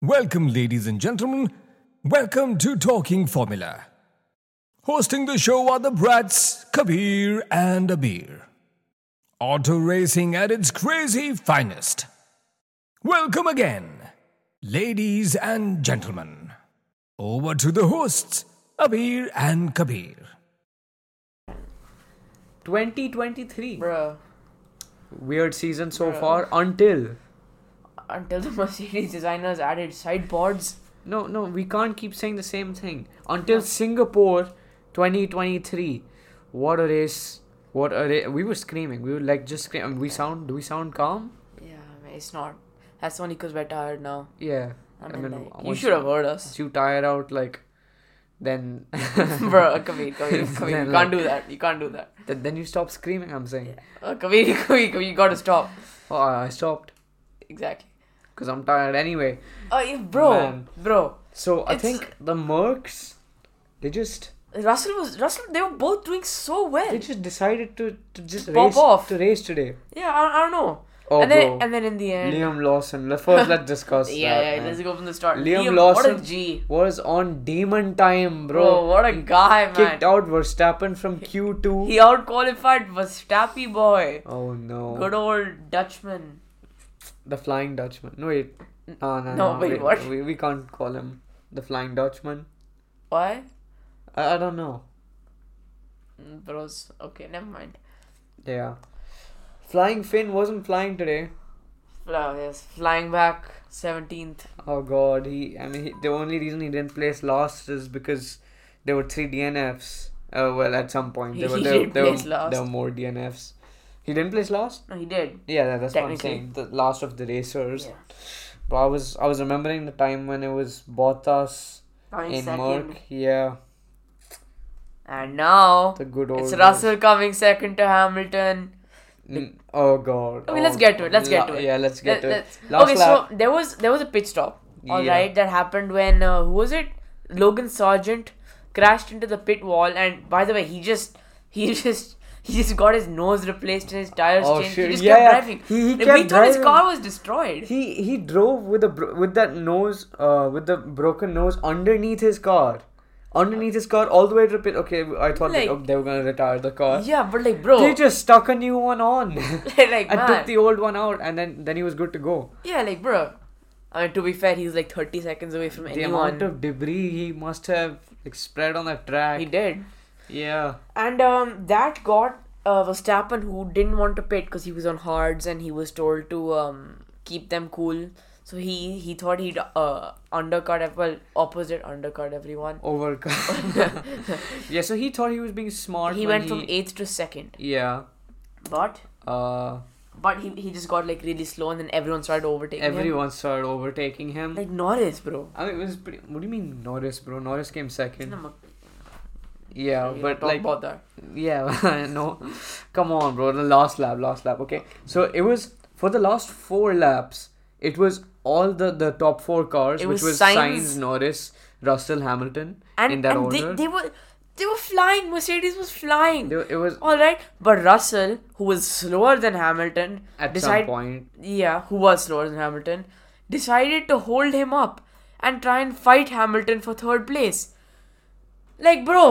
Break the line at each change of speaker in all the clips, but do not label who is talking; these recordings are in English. Welcome, ladies and gentlemen. Welcome to Talking Formula. Hosting the show are the brats Kabir and Abir. Auto racing at its crazy finest. Welcome again, ladies and gentlemen. Over to the hosts, Abir and Kabir.
2023.
Bruh.
Weird season so far until.
Until the Mercedes designers added side pods.
No, no, we can't keep saying the same thing. Until Singapore 2023. What a race. What a race. We were screaming. We were like just screaming. We sound, do we sound calm?
Yeah, man, it's not. That's only because we're tired now.
Yeah.
I mean, like, you
once-
should have heard us.
Once you tire out, like, then.
Bro, Kabir, Kabir, Kabir,
Then,
you
like-
can't do that. You can't do that.
Th- then you stop screaming, I'm saying.
Uh, Kabir, Kabir, Kabir, you gotta stop.
Oh, I I stopped.
Exactly.
Because I'm tired anyway.
Uh, yeah, bro,
Man.
bro.
So I
It's-
think the Mercs, they just.
Russell was Russell. They were both doing so
They
well.
just decided to, to just
Pop
race,
off.
to race today.
Yeah, I, I don't know.
Oh,
and
bro.
then and then in the end,
Liam Lawson. Let- First, let's discuss.
yeah,
that,
yeah.
man.
Let's go from the start.
Liam
what
Lawson-
a G,
was on demon time,
bro.
bro.
Oh, what a guy, man.
Kicked out Verstappen from Q2.
He out qualified Verstappen boy.
oh no.
Good old Dutchman.
The Flying Dutchman. No, wait. No, no,
No,
no.
wait, what?
We, we can't call him the Flying Dutchman.
Why?
I, I don't know.
Mm, Bros. Okay, never mind.
Yeah. Flying Finn wasn't flying today.
Fla- yes, flying back, 17th.
Oh god, he. I mean, he, the only reason he didn't place last is because there were three DNFs. Uh, well, at some point
He-
there were
he
there,
did
there, were,
place last.
there were more DNFs. He didn't place last.
No, he did.
Yeah, that, that's what I'm
Technically.
saying. The last of the racers.
Yeah.
But I was I was remembering the time when it was Bottas in
22nd.
Merck. Yeah,
And now,
the good old.
it's
days.
Russell coming second to Hamilton.
Mm, Oh god.
Okay,
oh,
let's get to it, let's get to
la-
it.
Yeah, let's get to
Let-
it.
let's-
Last
okay,
lap.
so there was there was a pit stop, all right,
Yeah.
that happened when, uh, who was it? Logan Sargent crashed into the pit wall, and by the way, he just, he just, he just got his nose replaced and his tires
Oh,
changed.
shit,
He just
yeah, yeah.
kept driving.
He- he
Like, we
kept
thought his
driving.
car was destroyed.
He he drove with a bro- with that nose uh with the broken nose underneath his car, underneath his car all the way to the pit. Okay, I thought they,
Like-
oh, they were gonna retire the car.
Yeah, but like, bro.
They just stuck a new one on
like,
and
man.
took the old one out, and then then he was good to go.
Yeah, like, bro. I mean, to be fair, he's like 30 seconds away from
The
anyone.
amount of debris he must have like, spread on that track.
he did.
Yeah.
And um, that got uh, Verstappen, who didn't want to pit because he was on hards and he was told to um, keep them cool. So he, he thought he'd uh, undercut, ev- well, opposite undercut everyone.
Over. yeah. So he thought he was being smart.
He
when
went from 8th to 2nd.
Yeah.
But
Uh,
but he, he just got like really slow and then everyone started overtaking him.
everyone started overtaking him.
Like Norris, bro.
I mean, it was pretty. What do you mean Norris, bro? Norris came second.
No,
Yeah,
we
but
don't
like,
talk about that.
yeah, no, come on, bro. The last lap, last lap. Okay, so it was for the last four laps. It was all the the top four cars,
It
which
was
was
Sainz-
Sainz, Norris, Russell, Hamilton,
And,
in that
and
order.
They, they were they were flying. Mercedes was flying.
They were- it was
All right, but Russell, who was slower than Hamilton,
at some
decide-
point.
yeah, who was slower than Hamilton, decided to hold him up and try and fight Hamilton for third place. Like, bro,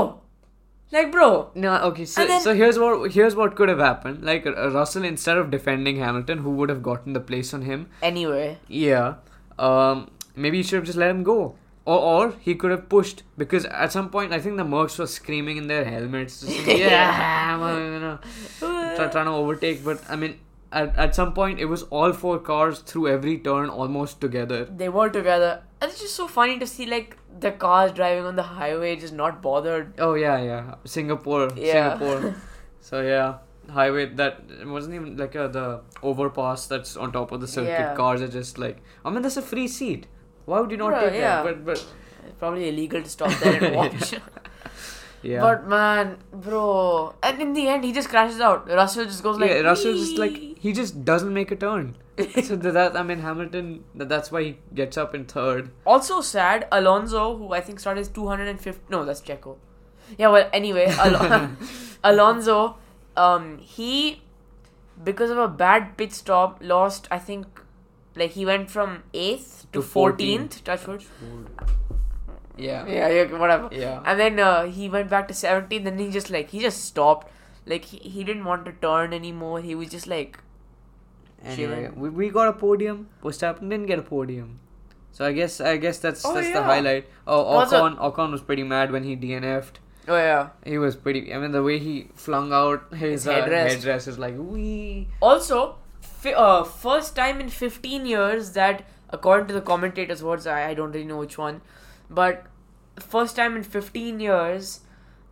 like, bro,
No, okay. So,
And then-
so here's what here's what could have happened. Like uh, Russell, instead of defending Hamilton, who would have gotten the place on him,
anyway,
Yeah. Um. Maybe you should have just let him go, or or he could have pushed because at some point I think the mercs were screaming in their helmets, just, yeah, well, you know,
Uh,
try, trying to overtake. But I mean, at at some point it was all four cars through every turn almost together.
they were together. And it's just so funny to see, like, the cars driving on the highway just not bothered.
Oh yeah, yeah, Singapore,
Yeah.
Singapore. So yeah, highway that it wasn't even like a, the overpass that's on top of the circuit.
Yeah.
Cars are just like, I mean, that's a free seat. Why would you not
Bruh,
take
yeah.
that? But but
It's probably illegal to stop there and watch.
yeah.
But man, bro, and in the end, he just crashes out. Russell just goes like,
yeah, Russell just like
"Wee."
he just doesn't make a turn. so th- that I mean Hamilton, th- that's why he gets up in third.
Also sad, Alonso, who I think started his 250. No, that's Checo. Yeah, well, anyway, Al- Alonso, um, he, because of a bad pit stop, lost, I think, Like he went from eighth to
To 14th.
fourteenth. Touchwood.
Yeah.
Yeah, yeah, whatever.
Yeah.
And then uh, he went back to 17, then he just like he just stopped. Like he, he didn't want to turn anymore. He was just like
Anyway, we, we got a podium. Verstappen didn't get a podium. So I guess I guess that's
Oh,
that's the
yeah.
highlight. Oh,
Also-
Ocon Ocon was pretty mad when he DNF'd.
Oh yeah.
He was pretty. I mean, the way he flung out his,
His
uh,
headdress.
headdress. is like wee.
Also, fi- uh, first time in 15 years that according to the commentators words I, I don't really know which one, but first time in 15 years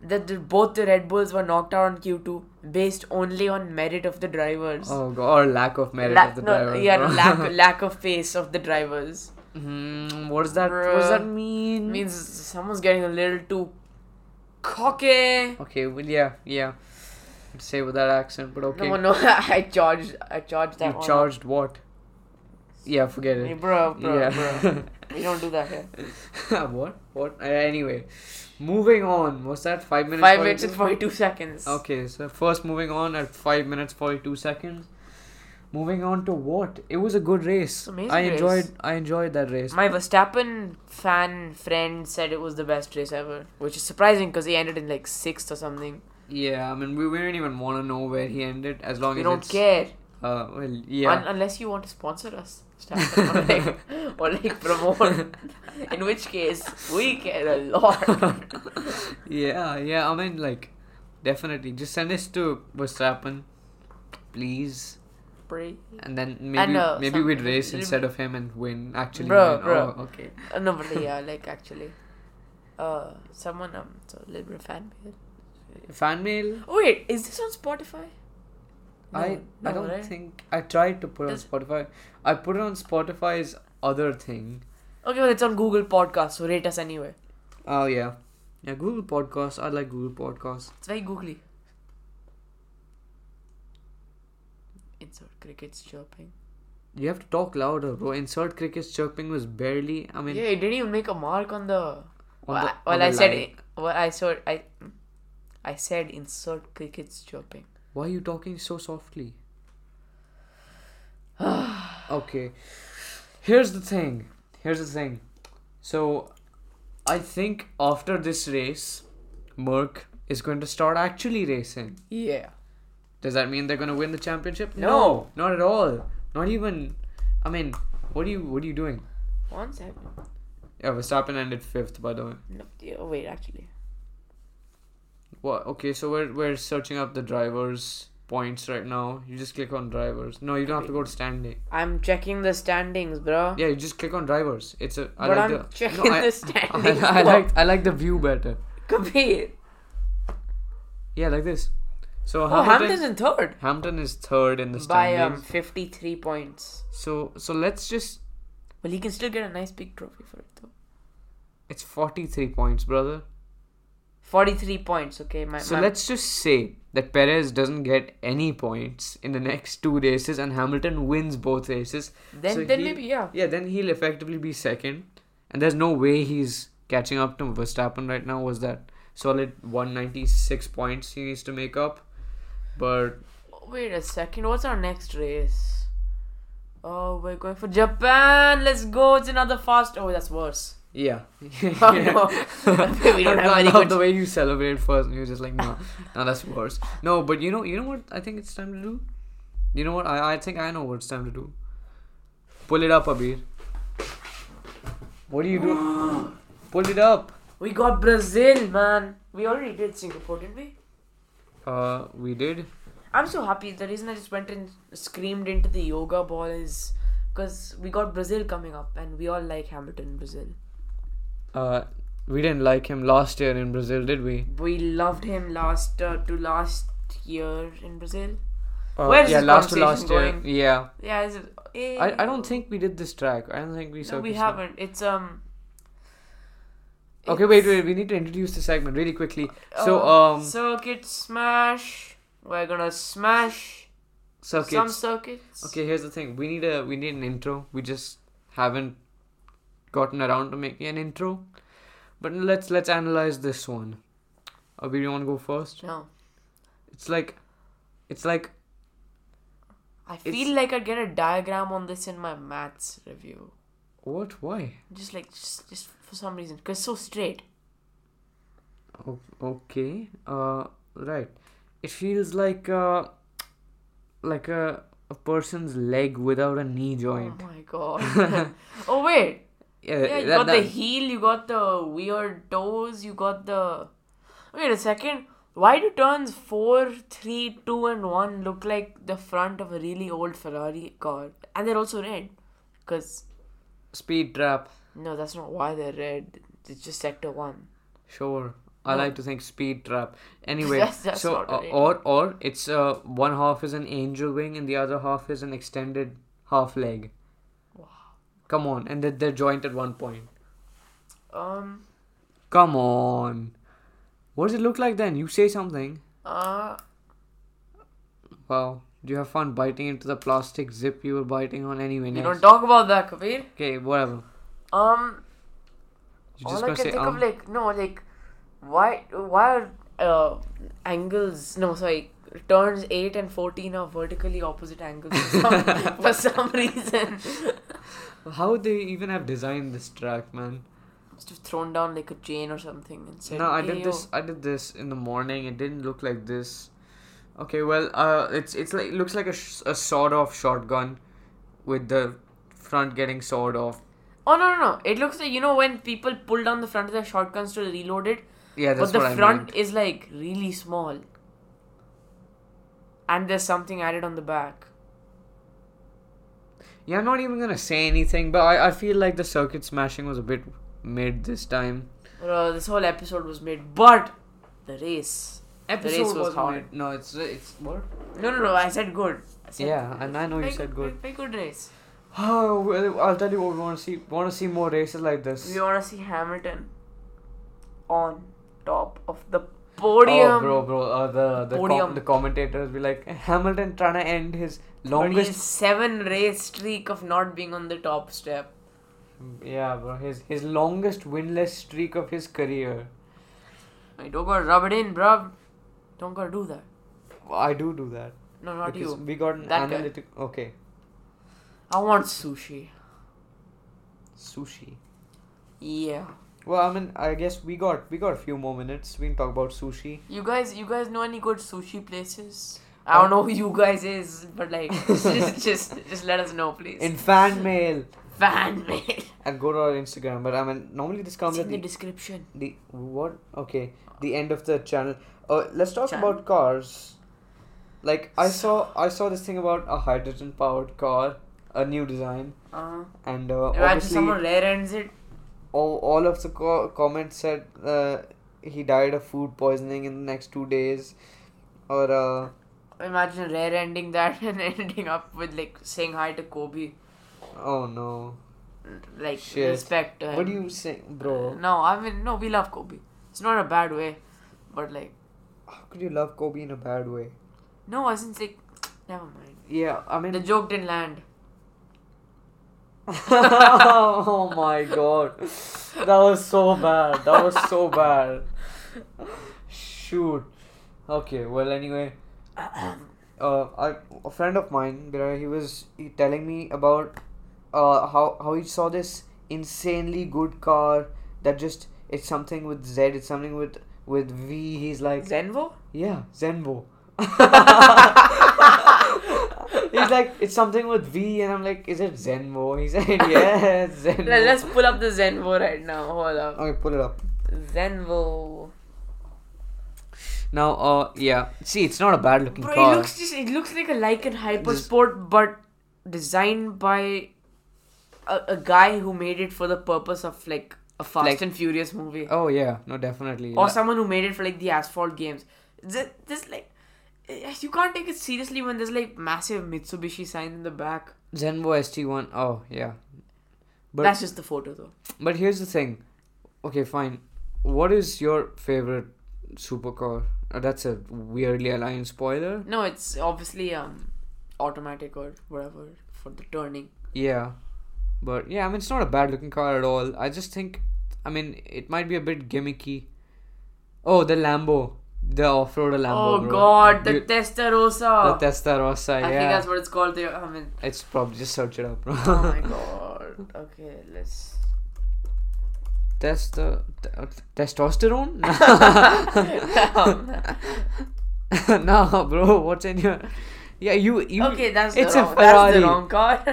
that the, both the Red Bulls were knocked out on Q2 based only on merit of the drivers.
Oh god, or lack of merit
La-
of the
no,
driver.
yeah,
bro.
lack lack of pace of the drivers.
Hmm, what does that? What does
Bruh.
that mean?
means someone's getting a little too cocky.
Okay. Well, yeah, yeah. I'd Say with that accent, but okay.
No, no, I charged, I charged that
you
one. up.
charged what? Yeah, forget
Hey,
it.
bro, bro, bro.
yeah.
We don't do that here.
what? What? Uh, anyway, moving on. Was that five minutes?
Five
42?
minutes and forty-two seconds.
Okay, so first moving on at five minutes forty-two seconds. Moving on to what? It was a good race.
It's amazing
I
race.
enjoyed. I enjoyed that race.
My Verstappen fan friend said it was the best race ever, which is surprising because he ended in like sixth or something.
yeah, I mean, we, we don't even want to know where he ended as long
We
as
don't
it's,
care
Uh, well, yeah.
un- unless you want to sponsor us, Verstappen, or like, or like promote. in which case, we care a lot.
yeah, yeah. I mean, like, definitely. Just send us to Verstappen, please.
Pray.
And then maybe
And, uh,
maybe
some-
we'd race
little-
instead of him and win. Actually,
Bro,
win.
bro.
Oh, okay.
Uh, no, but yeah, like actually, uh, someone um, so a little bit of fan mail.
Fan mail.
Oh, wait, is this on Spotify?
I
No,
I don't
right?
think I tried to put it on
Does-
Spotify. I put it on Spotify's other thing.
Okay, well, it's on Google Podcast, so rate us anyway.
Oh yeah, yeah. Google Podcasts. I like Google Podcasts.
It's very googly. Insert crickets chirping.
You have to talk louder, bro. Insert crickets chirping was barely. I mean,
yeah, it didn't even make a mark on the.
On
well,
the-
I,
on
well,
the
I said
line.
it. Well, I saw it- I, I said insert crickets chirping.
why are you talking so softly? okay, here's the thing. Here's the thing. So, I think after this race, Merck is going to start actually racing.
Yeah.
Does that mean they're going to win the championship?
No.
not at all. Not even. I mean, what are you what are you doing?
One second.
Yeah, Verstappen ended fifth, by the way.
No, yeah, wait, actually.
What? Okay, so we're we're searching up the drivers' points right now. You just click on drivers. No, you don't have to go to standing.
I'm checking the standings, bro.
Yeah, you just click on drivers. It's a. I
But
like
I'm
the,
checking
I,
the standings.
I, I like I like the view better.
Kabir.
Yeah, like this. So
Oh,
Hampton.
Hampton's in third
Hampton is third in the
by
standings.
um, 53 points.
so so let's just.
Well, he can still get a nice big trophy for it though.
It's forty three points, brother.
43 points, okay. My,
So
my-
let's just say that Perez doesn't get any points in the next two races and Hamilton wins both races.
Then-
So
then
he'll-
maybe, yeah.
Yeah, then he'll effectively be second. And there's no way he's catching up to Verstappen right now. Was that solid 196 points he needs to make up? But
Wait a second. What's our next race? Oh, we're going for Japan. Let's go. It's another fast. Oh, that's worse.
yeah.
Oh, no. we don't
I
have any
love
good.
the way you celebrate first. You're just like, no, no, that's worse. No, but you know, you know what? I think it's time to do. You know what? I, I think I know what it's time to do. Pull it up, Abir. What do you do? Pull it up.
We got Brazil, man. We already did Singapore, didn't we?
Uh, we did.
I'm so happy. The reason I just went and screamed into the yoga ball is because we got Brazil coming up, and we all like Hamilton, Brazil.
Uh, we didn't like him last year in Brazil, did we?
We loved him last uh, to last year in Brazil.
Uh,
Where is
yeah,
this
last to last year.
conversation going?
Yeah.
Yeah, is it, eh.
I, I don't think we did this track. I don't think we.
no,
circled-
we haven't. It's um.
Okay, wait, wait. We need to introduce the segment really quickly. So,
Oh,
um,
circuit smash. We're gonna smash
circuits.
some circuits.
Okay, here's the thing. We need a we need an intro. We just haven't gotten around to making an intro. But let's let's analyze this one. Abhi, you want to go first?
No.
It's like, it's like
I feel like I'd get a diagram on this in my maths review.
What? Why?
Just like just, just for some reason, because so straight.
O- okay. Uh, right. It feels like uh, like a, a person's leg without a knee
Oh
joint.
my god. oh wait.
Eh,
Yeah, you got the heel, you got the weird toes, you got the. Wait a second. Why do turns four, three, two, and 1 look like the front of a really old Ferrari car? And they're also red. Because,
speed trap.
no, that's not why they're red. It's just sector 1.
Sure. I like to think speed trap. Anyway,
That's- that's
so
not
uh,
right.
or or it's uh, one half is an angel wing and the other half is an extended half leg. Wow. Come on, and they're, they're joint at one point.
Um,
Come on. What does it look like then? You say something.
uh,
Wow. Do you have fun biting into the plastic zip you were biting on anyway?
you
Next.
don't talk about that, Kabir.
okay, whatever.
Um,
You
all
just
I
gonna
can
say
think
um.
of, like, no, like, why, why are uh, angles, no, sorry, turns 8 and 14 are vertically opposite angles for some, for some reason?
How would they even have designed this track, man?
Must have thrown down, like, a chain or something and said,
No, I
"Hey,
did
yo."
this. I did this in the morning. It didn't look like this. Okay, well, uh, it's it's like looks like a, sh- a sawed off shotgun, with the front getting sawed off.
Oh, no, no, no. It looks like, you know, when people pull down the front of their shotguns to reload it,
Yeah, that's
but the
what I
front
meant.
is, like, really small. And there's something added on the back.
Yeah, I'm not even gonna say anything, but I, I feel like the circuit smashing was a bit mid this time.
Uh, this whole episode was made, but the race. the race was
wasn't
hard.
mid. No, it's it's what?
No, no, no. I said good. I said
Yeah, and I know you
Very
said good.
Very very good race.
Oh, well, I'll tell you what. We want to see want to see more races like this.
We want to see Hamilton on top of the podium.
Oh, bro, bro. Uh, the the, com-
um, Podium.
the commentators be like, Hamilton trying to end his longest.
seven race streak of not being on the top step.
Yeah, bro. His his longest winless streak of his career.
I don't gotta rub it in, bruv. Don't gotta do that.
I do do that
No, not
because
you.
we got an
That guy.
analytic. Okay,
I want sushi.
sushi.
Yeah.
Well, I mean, I guess we got we got a few more minutes. We can talk about sushi.
You guys, you guys know any good sushi places? I don't know who you guys is, but like, just, just, just let us know, please.
In fan mail
fan mail.
and go to our Instagram. But I mean, normally this comes
It's
at
in the
the
description.
The what? Okay, the end of the channel. Uh, let's talk
Channel.
about cars. Like I saw, I saw this thing about a hydrogen-powered car, a new design,
Uh,
and uh,
imagine
obviously
someone rare ends it.
all, all of the co- comments said uh, he died of food poisoning in the next two days, or uh,
Imagine rare ending that and ending up with like saying hi to Kobe,
oh no,
like
Shit.
respect. To him.
what do you say, bro?
No, I mean no. We love Kobe. It's not a bad way, but like
How could you love Kobe in a bad way?
no, I wasn't like. Never mind.
Yeah, I
The
mean,
joke didn't land.
oh my god. That was so bad. That was so bad. Shoot. Okay, well anyway. Uh, I, a friend of mine, Birai, he was he telling me about uh, how, how he saw this insanely good car that just it's something with Z, it's something with with V. He's like
Zenvo.
yeah, Zenbo. He's like, it's something with V, and I'm like, is it Zenbo? He said, yes, Zenbo.
Let- Let's pull up the Zenvo right now. Hold up.
Okay, pull it up.
Zenvo.
Now, uh, yeah. See, it's not a bad looking
Bro,
car.
it looks just it looks like a Lycan Hypersport, but designed by a, a guy who made it for the purpose of like a Fast
Like-
and Furious movie,
Oh yeah, no, definitely.
or someone who made it for like the Asphalt games. This, this like eh, you can't take it seriously when there's like massive Mitsubishi sign in the back.
Zenbo ST1. Oh yeah. But
That's just the photo though.
but here's the thing. Okay, fine. What is your favorite supercar? Uh, that's a weirdly aligned spoiler.
No, it's obviously um automatic or whatever for the turning.
Yeah, but yeah, I mean it's not a bad looking car at all. I just think, I mean, it might be a bit gimmicky. Oh, the Lambo, the off-roader Lambo.
Oh
bro.
god, the
You-
Testarossa.
the Testarossa.
I
yeah,
think that's what it's called. They, I mean,
it's probably just search it up, bro.
oh my god. Okay, let's.
Test uh, t- uh, testosterone? no, bro. What's in your? Yeah, you you.
okay, that's the,
it's
wrong,
a Ferrari.
that's the wrong car.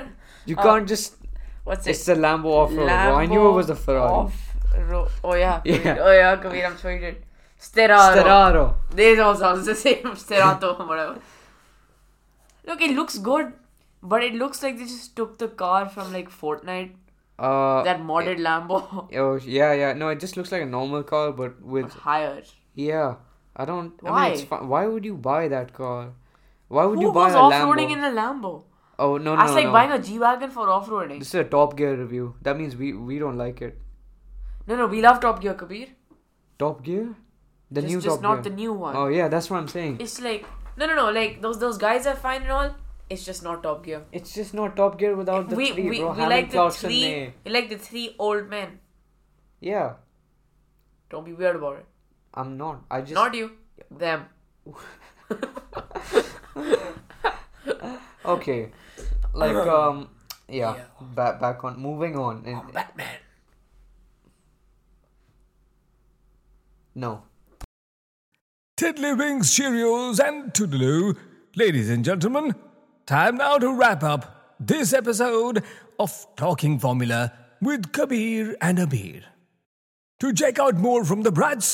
You
Oh.
can't just.
What's
It's
it?
the Lambo off-road. bro. I knew it was a Ferrari.
Off-ro- oh yeah, Kabir.
Yeah.
oh yeah, Kabir, I'm sure you did. Steraro.
Ferraro.
This all sounds the same. Sterato, whatever. Look, it looks good, but it looks like they just took the car from like Fortnite,
Uh,
that modded Lambo,
Oh yeah, yeah. No, it just looks like a normal car, but
but
with
higher.
yeah. I don't. I
Why?
mean, it's fine. Why would you buy that car? Why would
Who
you buy
goes
a
off-roading
Lambo?
in a Lambo?
oh no, no,
That's like
no.
buying a G-Wagon for off-roading.
This is a Top Gear review. That means we we don't like it.
No, no, we love Top Gear, Kabir.
Top Gear, the
Just,
new
just
Top
not the
Gear.
new one.
oh yeah, that's what I'm saying.
It's like, no, no, no, like, those those guys are fine and all, it's just not Top Gear.
It's just not Top Gear without the
we,
three,
we,
bro.
we
Hammond,
like the
Clarkson, eh.
three,
May.
we like the three old men.
Yeah,
Don't be weird about it.
I'm not. I just
Not you, them.
okay. Like um, yeah. Back back on. Moving on. And,
Um,
Batman.
no.
Tiddlywinks, Cheerios, and Toodaloo. Ladies and gentlemen, time now to wrap up this episode of Talking Formula with Kabir and Abir. To check out more from the Brads,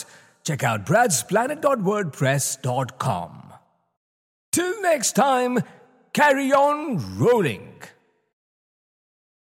check out bradsplanet.wordpress.com. Till next time, carry on rolling.